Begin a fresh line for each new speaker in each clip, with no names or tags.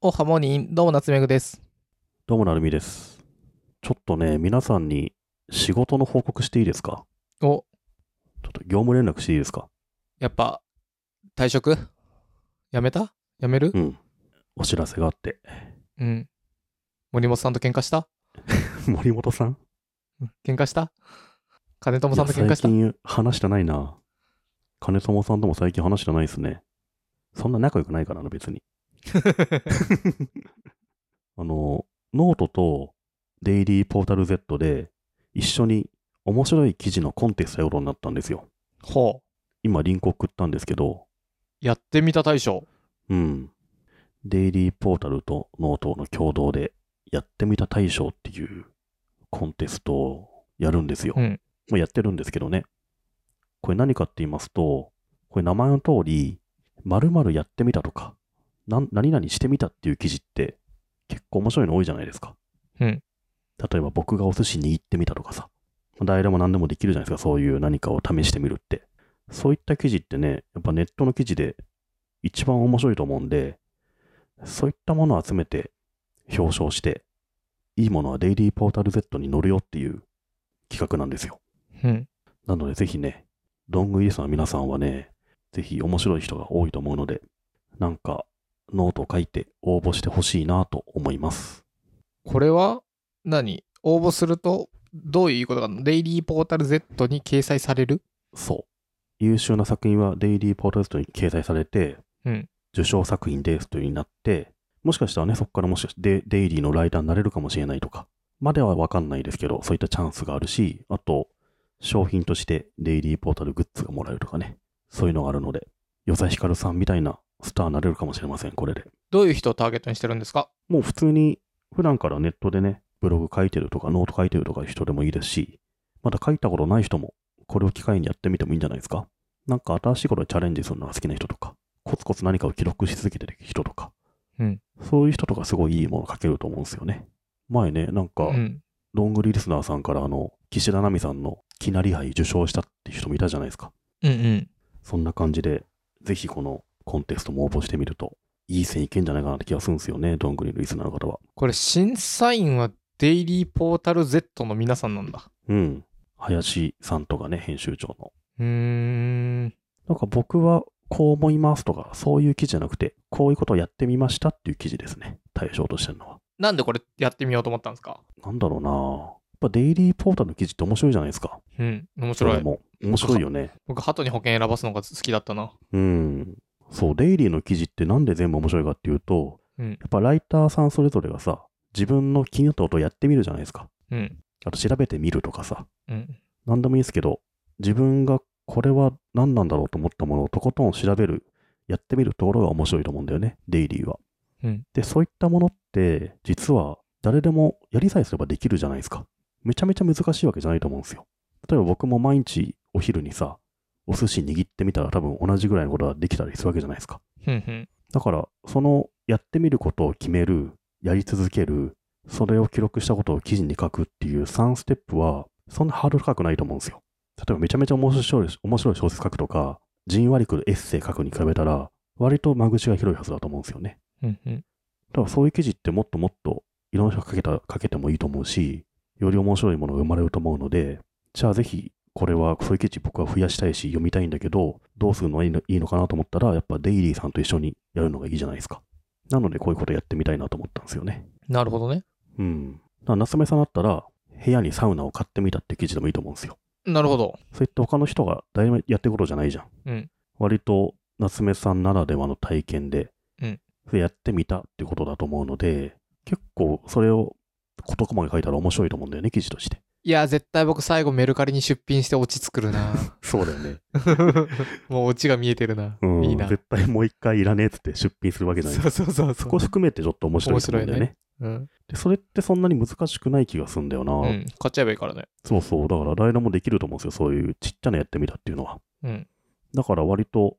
おはモーニン、どうも夏目ぐです。
どうもなるみです。ちょっとね、皆さんに仕事の報告していいですか
お、
ちょっと業務連絡していいですか
やっぱ、退職やめたやめる
うん。お知らせがあって。
うん。森本さんと喧嘩した
森本さん
喧嘩した金友さんと喧
い
嘩
や
し
最近話してないな。金友さんとも最近話してないですね。そんな仲良くないからな、別に。
た
あの、ノートとデイリーポータル Z で一緒に面白い記事のコンテストやろうになったんですよ。
ほう。
今リンク送ったんですけど、
やってみた大賞。
うん。デイリーポータルとノートの共同で、やってみた大賞っていうコンテストをやるんですよ。
うん
もうやってるんですけどね。これ何かって言いますと、これ名前の通り、〇〇やってみたとか、なん何々してみたっていう記事って結構面白いの多いじゃないですか。
うん
例えば僕がお寿司に行ってみたとかさ、誰でも何でもできるじゃないですか、そういう何かを試してみるって。そういった記事ってね、やっぱネットの記事で一番面白いと思うんで、そういったものを集めて表彰して、いいものはデイリーポータル Z に乗るよっていう企画なんですよ。
うん。
なのでぜひね、ロングイースの皆さんはね、ぜひ面白い人が多いと思うので、なんかノートを書いて応募してほしいなと思います。
これは何、応募すると、どういうことかのデイリーポータル Z に掲載される
そう。優秀な作品はデイリーポータル Z に掲載されて、
うん
受賞作品ですというようになって、もしかしたらね、そこからもしかしてデデイリーのライターになれるかもしれないとか、まではわかんないですけど、そういったチャンスがあるし、あと、商品としてデイリーポータルグッズがもらえるとかね、そういうのがあるので、与沢ヒカルさんみたいなスターになれるかもしれません、これで。
どういう人をターゲットにしてるんですか
もう普通に、普段からネットでね、ブログ書いてるとか、ノート書いてるとかいう人でもいいですし、まだ書いたことない人も、これを機会にやってみてもいいんじゃないですか。なんか新しいことにチャレンジするのが好きな人とか、コツコツ何かを記録し続けてる人とか、
うん
そういう人とかすごいいいものを書けると思うんですよね。前ね、なんか、
うん。
ロングリリスナーさんからあの、岸田奈美さんのきなり杯受賞したっていう人もいたじゃないですか。
うんうん。
そんな感じで、ぜひこのコンテストも応募してみると、いい線いけんじゃないかなって気がするんですよね、どんぐりのリスナーの方は。
これ、審査員はデイリーポータル Z の皆さんなんだ。
うん。林さんとかね、編集長の。
うーん。
なんか僕はこう思いますとか、そういう記事じゃなくて、こういうことをやってみましたっていう記事ですね。対象としてるのは。
なんでこれやってみようと思ったんですか
なんだろうなやっぱデイリーポータルの記事って面白いじゃないですか。
うん、面
そ
白
れ
い。
も。面白いよね。
僕、鳩に保険選ばすのが好きだったな。
うん。そう、デイリーの記事ってなんで全部面白いかっていうと、
うん、
やっぱライターさんそれぞれがさ、自分の気になったことをやってみるじゃないですか。
うん、
あと調べてみるとかさ、
うん、
何でもいいですけど、自分がこれは何なんだろうと思ったものをとことん調べる、やってみるところが面白いと思うんだよね、デイリーは。
うん
で、そういったものって、実は誰でもやりさえすればできるじゃないですか。めちゃめちゃ難しいわけじゃないと思うんですよ。例えば僕も毎日お昼にさ、お寿司握ってみたら多分同じぐらいのことができたりするわけじゃないですか。
ふんふん。
だから、そのやってみることを決める、やり続ける、それを記録したことを記事に書くっていう3ステップは、そんなハードル高くないと思うんですよ。例えばめちゃめちゃ面白い面白い小説書くとか、じんわりくるエッセイ書くに比べたら、割と間口が広いはずだと思うんですよね。
うんうん
だからそういう記事ってもっともっといろんな人が書けた書けてもいいと思うし、より面白いものが生まれると思うので、じゃあぜひ、これは、そういう記事僕は増やしたいし、読みたいんだけど、どうするのがいいのいいのかなと思ったら、やっぱデイリーさんと一緒にやるのがいいじゃないですか。なので、こういうことやってみたいなと思ったんですよね。
なるほどね。
うん。だから夏目さんだったら、部屋にサウナを買ってみたって記事でもいいと思うんですよ。
なるほど。
それって他の人が誰もやってることじゃないじゃん。
うん
割と夏目さんならではの体験で、
うん
それやってみたってことだと思うので、結構それを事細かに書いたら面白いと思うんだよね、記事として。
いや、絶対僕、最後、メルカリに出品してオチ作る な。
そうだよ ね。
もうオチが見えてるな。
うん、
いいな。
絶対もう一回いらねえっつって出品するわけじゃない。
そうそうそうそ
そうこ。含めてちょっと面白いと思うんだよね
面うん、
で。それってそんなに難しくない気がするんだよな、
うん、買っちゃえばいいからね。
そうそう。だから誰でもできると思うんですよ。そういうちっちゃなやってみたっていうのは。
うん、
だから割と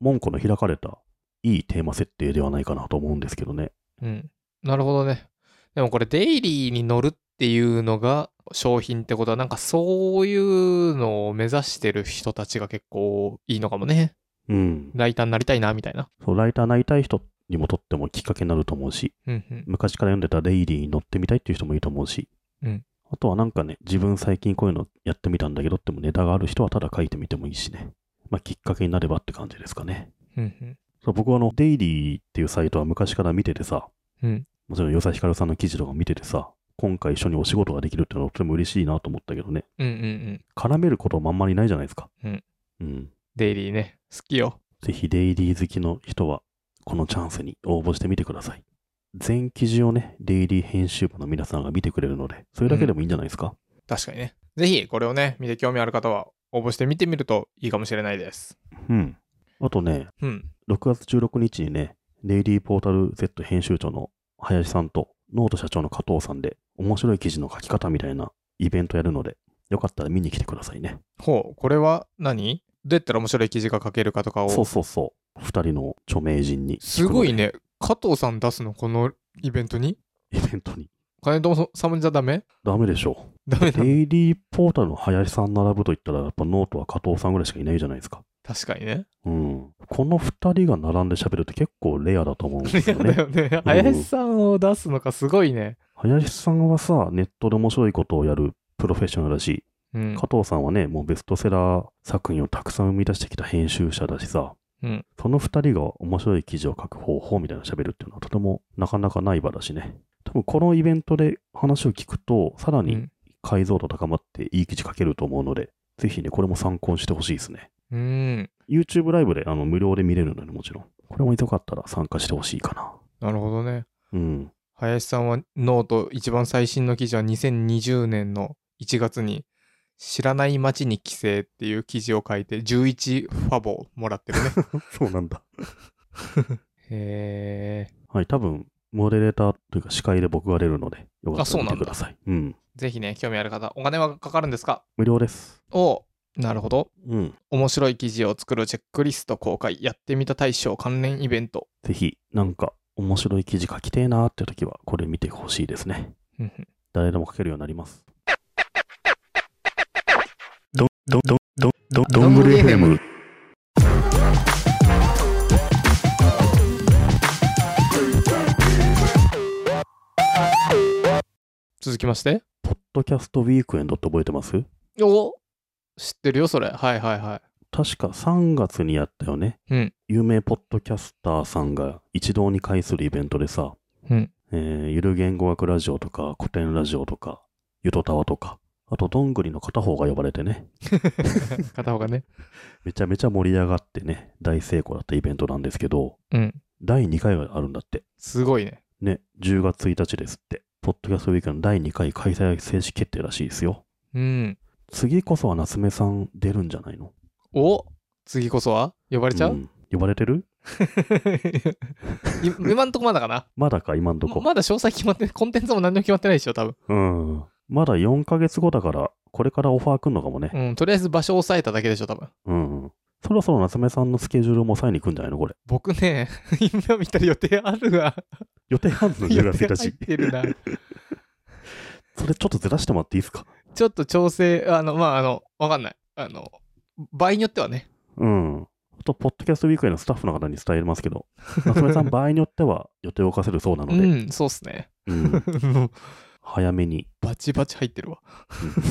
文庫の開かれたいいテーマ設定ではないかなと思うんですけどね。
うん。なるほどね。でもこれ、デイリーに乗るっていうのが商品ってことは、なんかそういうのを目指してる人たちが結構いいのかもね。
うん。
ライターになりたいな、みたいな。
そう、ライターなりたい人にもとってもきっかけになると思うし、
うんうん。
昔から読んでたデイリーに乗ってみたいっていう人もいいと思うし、
うん
あとはなんかね、自分最近こういうのやってみたんだけどってもネタがある人はただ書いてみてもいいしね、まあ、きっかけになればって感じですかね。
うんうん。
そう僕はあの、デイリーっていうサイトは昔から見ててさ、
うん
もちろん、与謝ヒカルさんの記事とか見ててさ、今回一緒にお仕事ができるっていうのはとても嬉しいなと思ったけどね、
うんうんうん。
絡めることもあんまりないじゃないですか。
うん
うん
デイリーね。好きよ。
ぜひデイリー好きの人は、このチャンスに応募してみてください。全記事をね、デイリー編集部の皆さんが見てくれるので、それだけでもいいんじゃないですか、
確かにね。ぜひこれをね、見て興味ある方は応募して見てみるといいかもしれないです。
うん、あとね、
うん。
6月16日にね、デイリーポータル Z 編集長の林さんと、ノート社長の加藤さんで、面白い記事の書き方みたいなイベントやるので、よかったら見に来てくださいね。
ほう、これは何どうやったら面白い記事が書けるかとかを。
そうそうそう。二人の著名人に。
すごい。ね。加藤さん出すのこのイベントに
イベントに。
金友さんじゃダメ
ダメでしょ
ダメ
う。
だ。
デイリーポータルの林さん並ぶと言ったら、やっぱノートは加藤さんぐらいしかいないじゃないですか。
確かにね。
うん、この2人が並んで喋るって結構レアだと思うんですよ
だ
ね。
よ ね。林さんを出すのかすごいね。
林さんはさ、ネットで面白いことをやるプロフェッショナルだし、
うん。
加藤さんはね、もうベストセラー作品をたくさん生み出してきた編集者だしさ、
うん
その2人が面白い記事を書く方法みたいなの喋るっていうのはとてもなかなかない場だしね。多分このイベントで話を聞くと、さら
う
に
ん
解像度高まっていい記事書けると思うので、ぜひね、これも参考にしてほしいですね。
うん。
YouTube ライブであの無料で見れるので、もちろん。これもよかったら参加してほしいかな。
なるほどね。
うん。
林さんはノート一番最新の記事は2020年の1月に知らない街に帰省っていう記事を書いて11ファボもらってるね。
そうなんだ。
へえ。
はい、多分、モデレーターというか司会で僕が出るので、よか
あ
っ
そ
た
う
ら
な
見
んだ
てください。うん。
ぜひね、興味ある方、お金はかかるんですか
無料です。
おなるほど。
うん。
面白い記事を作るチェックリスト公開、やってみた大賞関連イベント。
ぜひ、なんか、面白い記事書きてえなーって時は、これ見てほしいですね。
うんうん
誰でも書けるようになります。
ど、ど、ど、ど、ど、
どんぐり FM。続きまして。
ポッドキャストウィークエンドって覚えてます
お知ってるよ、それ。はいはいは
確か3月にやったよね。
うん
有名ポッドキャスターさんが一堂に会するイベントでさ、
うん
えーゆる言語学ラジオとか古典ラジオとか、ゆとたわとか、あとどんぐりの片方が呼ばれてね、
い。片方がね。
めちゃめちゃ盛り上がってね、大成功だったイベントなんですけど、
うん。
第2回があるんだって。
すごいね。
ね、10月1日ですって。ポッドキャストウィークの第2回開催正式決定らしいですよ。
うん。
次こそは夏目さん出るんじゃないの
お次こそは呼ばれちゃう、
ん呼ばれてる
い今んとこまだかな
まだか、今んとこ。
まだ詳細決まってないコンテンツも何も決まってないでしょ、多分。
うん。まだ4ヶ月後だから、これからオファー来んのかもね。
うん。とりあえず場所を押さえただけでしょ、多分。
うん、うん。そろそろ夏目さんのスケジュールも押さえに行くんじゃないのこれ。
僕ね、 今見たら予定あるわ。
予定あるの
予定
10月 1
入っ
日。
てるな。
それちょっとずらしてもらっていいですか
ちょっと調整、あの、まあ、あの、わかんない。あの、場合によってはね。
うん。あと、ポッドキャストウィークへのスタッフの方に伝えます けど、夏目さん場合によっては予定を犯せるそうなの
う
で、
ん、そうっすね。
うん
もう
早めに。
バチバチ入ってるわ。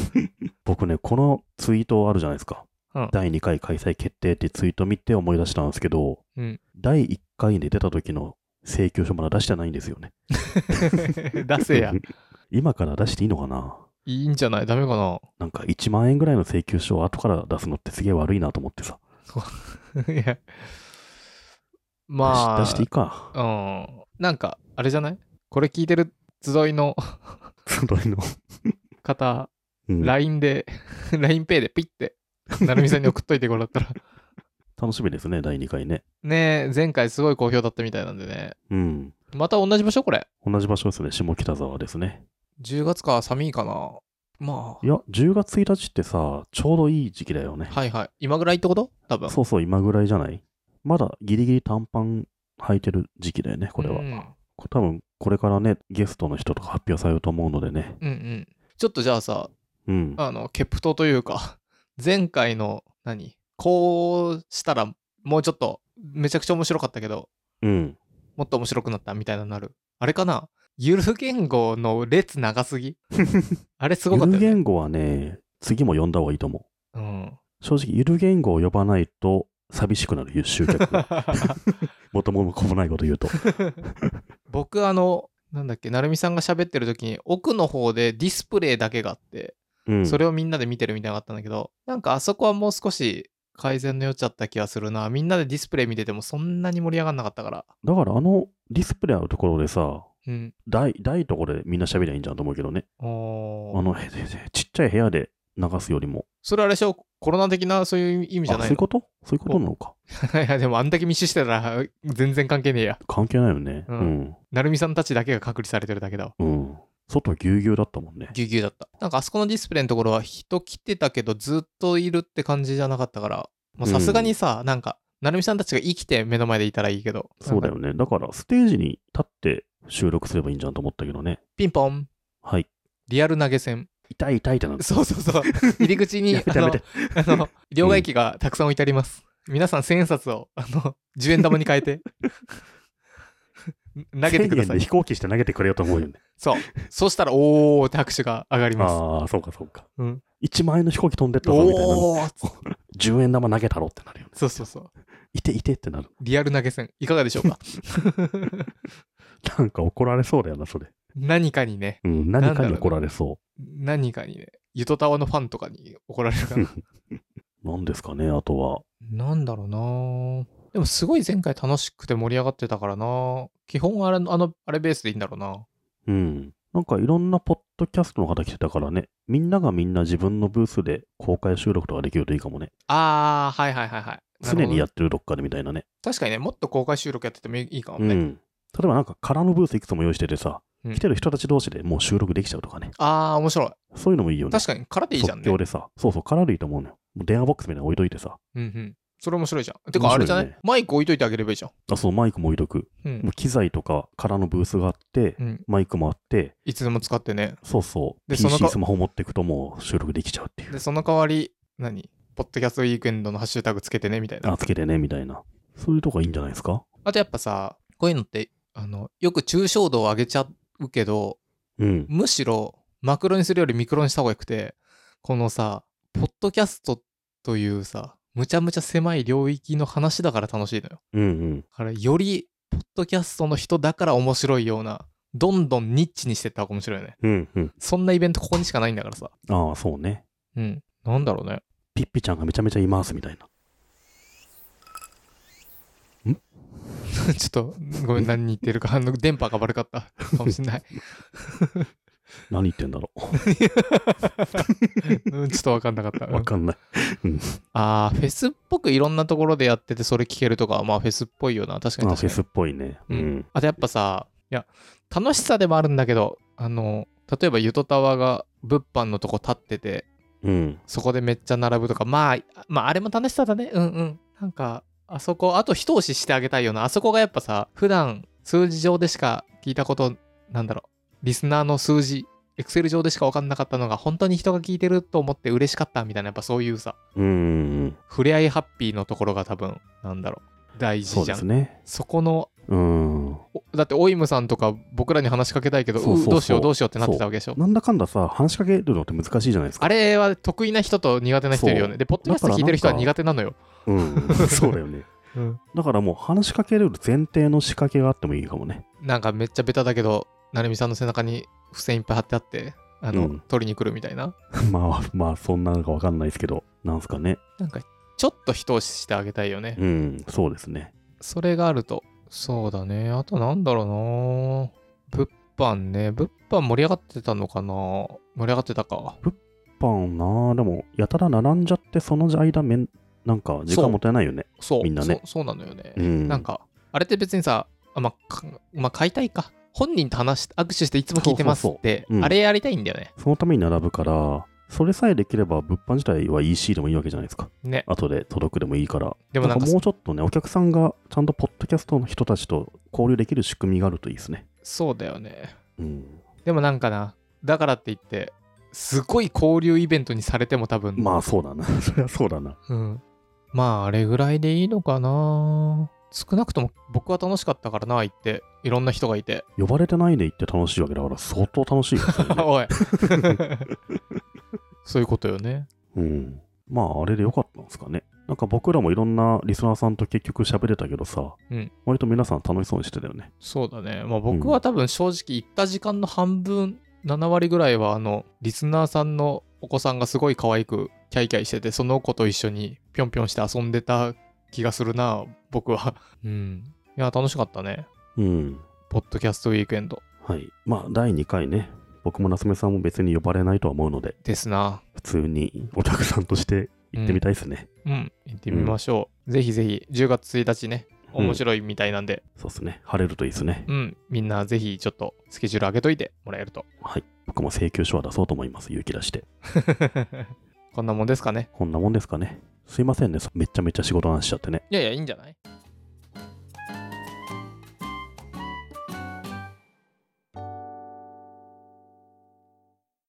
僕ね、このツイートあるじゃないですか。
うん
第2回開催決定ってツイート見て思い出したんですけど、
うん
第1回で出た時の請求書まだ出してないんですよね。
出せや。
今から出していいのかない
いんじゃないダメかな
なんか1万円ぐらいの請求書を後から出すのってすげえ悪いなと思ってさ。
いやまあ、
出し出していい か。
うん。なんか、あれじゃないこれ聞いてる集いの
そのの。
方、
うん、
LINE で、LINEPay でピッて、なるみさんに送っといてもらった ら。
楽しみですね、第2回ね。
ねえ、前回すごい好評だったみたいなんでね。
うん。
また同じ場所これ。
同じ場所ですね、下北沢ですね。
10月か、寒いかな。ま
いや、10月1日ってさ、ちょうどいい時期だよね
あ、。はいはい。今ぐらいってこと多分。
そうそう、今ぐらいじゃないまだギリギリ短パン履いてる時期だよね、これは。
うん
こ多分、これからね、ゲストの人とか発表されると思うのでね。
うんうん。ちょっとじゃあさ、
うん。
あの、ケプトというか、前回の、何こうしたら、もうちょっと、めちゃくちゃ面白かったけど、
うん。
もっと面白くなったみたいなのなる。あれかなゆる言語の列長す ぎあれすご
ゆ
かった
る
よね。
言語はね、次も読んだ方がいいと思
うん。
う。正直、ゆる言語を呼ばないと寂しくなる集 客が。もともこもないこと言うと。
僕あの、なんだっけ、なるみさんが喋ってる時に奥の方でディスプレイだけがあって、
うん、
それをみんなで見てるみたいなのがあったんだけど、なんかあそこはもう少し改善の余地あった気がするな。みんなでディスプレイ見ててもそんなに盛り上がんなかったから。
だからあのディスプレイあるところでさ、
うん。
大、大ところでみんな喋りゃいいんじゃんと思うけどね。
おー
あの、へへへちっちゃい部屋で流すよりも。
それあれでしょコロナ的なそういう意味じゃ
あ、
な
そ
い
ういう
の
ことそういうことなのか。
いやでもあんだけ密集してたら全然関係ねえや。
関係ないよね。
う
うんん。
なるみさんたちだけが隔離されてるだけだわ。
うん。外ぎゅうぎゅうだったもんね。
ぎゅうぎゅうだった。なんかあそこのディスプレイのところは人来てたけどずっといるって感じじゃなかったから、もうさすがにさ、なんか、なるみさんたちが生きて目の前でいたらいいけど、
そうだよ
なんか
ね。だからステージに立って収録すればいいんじゃんと思ったけどね。
ピンポン、
はい。
リアル投げ銭。
痛い痛いってなる。
そうそう そう。入り口に、あ
やめてや
の
めて、
あの両替機がたくさん置いてあります。皆さん千円札を、あの、10円玉に変 えて、投げてくださ
1000円で
い
飛。行機して投げてくれよと思うよね。
そう。そうしたら、おーって拍手が上がります。
ああ、そうかそうか。
うん
1万円の飛行機飛んでったぞみたいな。
おーっつって
10円玉投げたろってなるよね。
そうそうそう。
いていてってなる。
リアル投げ銭、いかがでしょ うか
なんか怒られそうだよな、それ。
何かにね、
うん。何かに怒られそ
何かにね、ゆとたわのファンとかに怒られるかな。
う。なんですかね、あとは。
なんだろうなぁでもすごい前回楽しくて盛り上がってたからなぁ基本あれ、あの、あれベースでいいんだろうな
うん。なんかいろんなポッドキャストの方来てたからね、みんながみんな自分のブースで公開収録とかできるといいかもね。
あー、はいはいはいはい。
常にや
っ
ってるどっかでみたいなね。
確かにね、もっと公開収録やっててもいいかも
う
ね。
ん。例えばなんか空のブースいくつも用意しててさ、
うん
来てる人たち同士でもう収録できちゃうとかね。
あー、面白い。
そういうのもいいよね。
確かに、空でいいじゃんね。
即興でさ、そうそう、空でいいと思うのよ。もう電話ボックスみたいなの置いといてさ、
うんうん。それ面白いじゃん。てか、あれじゃない、
面白いね
マイク置いといてあげればいいじゃん。
あ、そう、マイクも置いとく。
う
も
ん
う。機材とか空のブースがあって、
うん、
マイクもあって、
いつでも使ってね。
そうそう、
でその
PC
か
スマホ持ってくともう収録できちゃうっていう。
で、その代わり、何ポッドキャストウィークエンドのハッシュタグつけてね、みたいな。
あ、つけてね、みたいな。そういうとこいいんじゃないですか
あとやっぱさ、こういうのって、あの、よく抽象度を上げちゃうけど、
うん。
むしろ、マクロにするよりミクロにした方がよくて、このさ、ポッドキャストというさ、むちゃむちゃ狭い領域の話だから楽しいのよ。
うんうん。
だから、より、ポッドキャストの人だから面白いような、どんどんニッチにしてった方が面白いよね。
うんうん。
そんなイベントここにしかないんだからさ。
ああ、そうね。
うん。なんだろうね。
ピッピちゃんがめちゃめちゃいますみたいな。
ちょっと、ごめん、何言ってるか、あの、電波が悪かったかもしんない。
何言ってんだろ
うん、ちょっと分かんなかった。
う。わかんない。
あー、フェスっぽくいろんなところでやってて、それ聞けるとかは、まあ、フェスっぽいよな。確かに
あ
確か
フェ
に。
スっぽいね。
う
うんん。
あとやっぱさ、いや、楽しさでもあるんだけど、あの、例えば、ゆとたわが物販のとこ立ってて、
うん。
そこでめっちゃ並ぶとか、まあ、まあ、あれも楽しさだね。うんうん。なんか、あそこ、あと一押ししてあげたいよな。あそこがやっぱさ、普段、数字上でしか聞いたこと、なんだろう、リスナーの数字、エクセル上でしか分かんなかったのが、本当に人が聞いてると思って嬉しかったみたいな、やっぱそういうさ、
うんうん。
触れ合いハッピーのところが多分、なんだろう、大
そ
事じ
うで
ゃん。
す
そ,、
ね。
この、
うん。
おだって、オイムさんとか僕らに話しかけたいけど、
そうそうそう
うどうしようどうしようってなってたわけでしょ。
なんだかんださ、話しかけるのって難しいじゃないですか。
あれは得意な人と苦手な人いるよ
そ
ね。
う
で、ポッドキャスト聞いてる人は苦手なのよ。
うん。そうだよね。
うん
だからもう話しかける前提の仕掛けがあってもいいかもね。
なんかめっちゃベタだけど、成美さんの背中に付箋いっぱい貼ってあって、あの、
うん
取りに来るみたいな。
まあまあ、そんなのかわかんないですけど、なんすかね。
なんか、ちょっと一押ししてあげたいよね。
うん。そうですね。
それがあると。そうだね。あとなんだろうな物販ね。物販盛り上がってたのかな盛り上がってたか。
パンなあでも、やたら並んじゃって、その間めん、なんか時間もったいないよね。
そう。
みんなね
そ。そうなのよね。
うん。
なんか、あれって別にさ、あまあ、かまあ、買いたいか。本人と話し、握手していつも聞いてますって、
そうそうそううん
あれやりたいんだよね。
そのために並ぶから、それさえできれば物販自体は EC でもいいわけじゃないですか。
ね。
後で届くでもいいから。
でもなんか
もうちょっとね、お客さんがちゃんとポッドキャストの人たちと交流できる仕組みがあるといいですね。
そうだよね。
うん。
でもなんかな、だからって言って、すごい交流イベントにされても多分、
まあそうだな。そりゃそうだな。
うん。まあ、あれぐらいでいいのかな。少なくとも僕は楽しかったからな、行って。いろんな人がいて。
呼ばれてないで行って楽しいわけだから、相当楽しいよ。それね
おい。そういうことよね。
うん。まあ、あれでよかったんですかね。なんか僕らもいろんなリスナーさんと結局喋れたけどさ、
うん
割と皆さん楽しそうにしてたよね。
そうだね。まあ僕は多分正直行った時間の半分、7割ぐらいはあの、リスナーさんのお子さんがすごい可愛くキャイキャイしてて、その子と一緒にぴょんぴょんして遊んでた気がするな、僕は。うん。いや、楽しかったね。
うん。
ポッドキャストウィークエンド。
はい。まあ、第2回ね、僕も夏目さんも別に呼ばれないとは思うので、
ですな。
普通にお客さんとして行ってみたいですね。
うん。行ってみましょう。ぜひぜひ、10月1日ね、
うん
面白いみたいなんで、
そうですね。晴れるといいですね。
うん、みんなぜひちょっとスケジュール上げといてもらえる と。
はい。僕も請求書は出そうと思います。勇気出して。
こんなもんですかね。
こんなもんですかね。すいませんね。めちゃめちゃ仕事話しちゃってね。
いやいや、いいんじゃない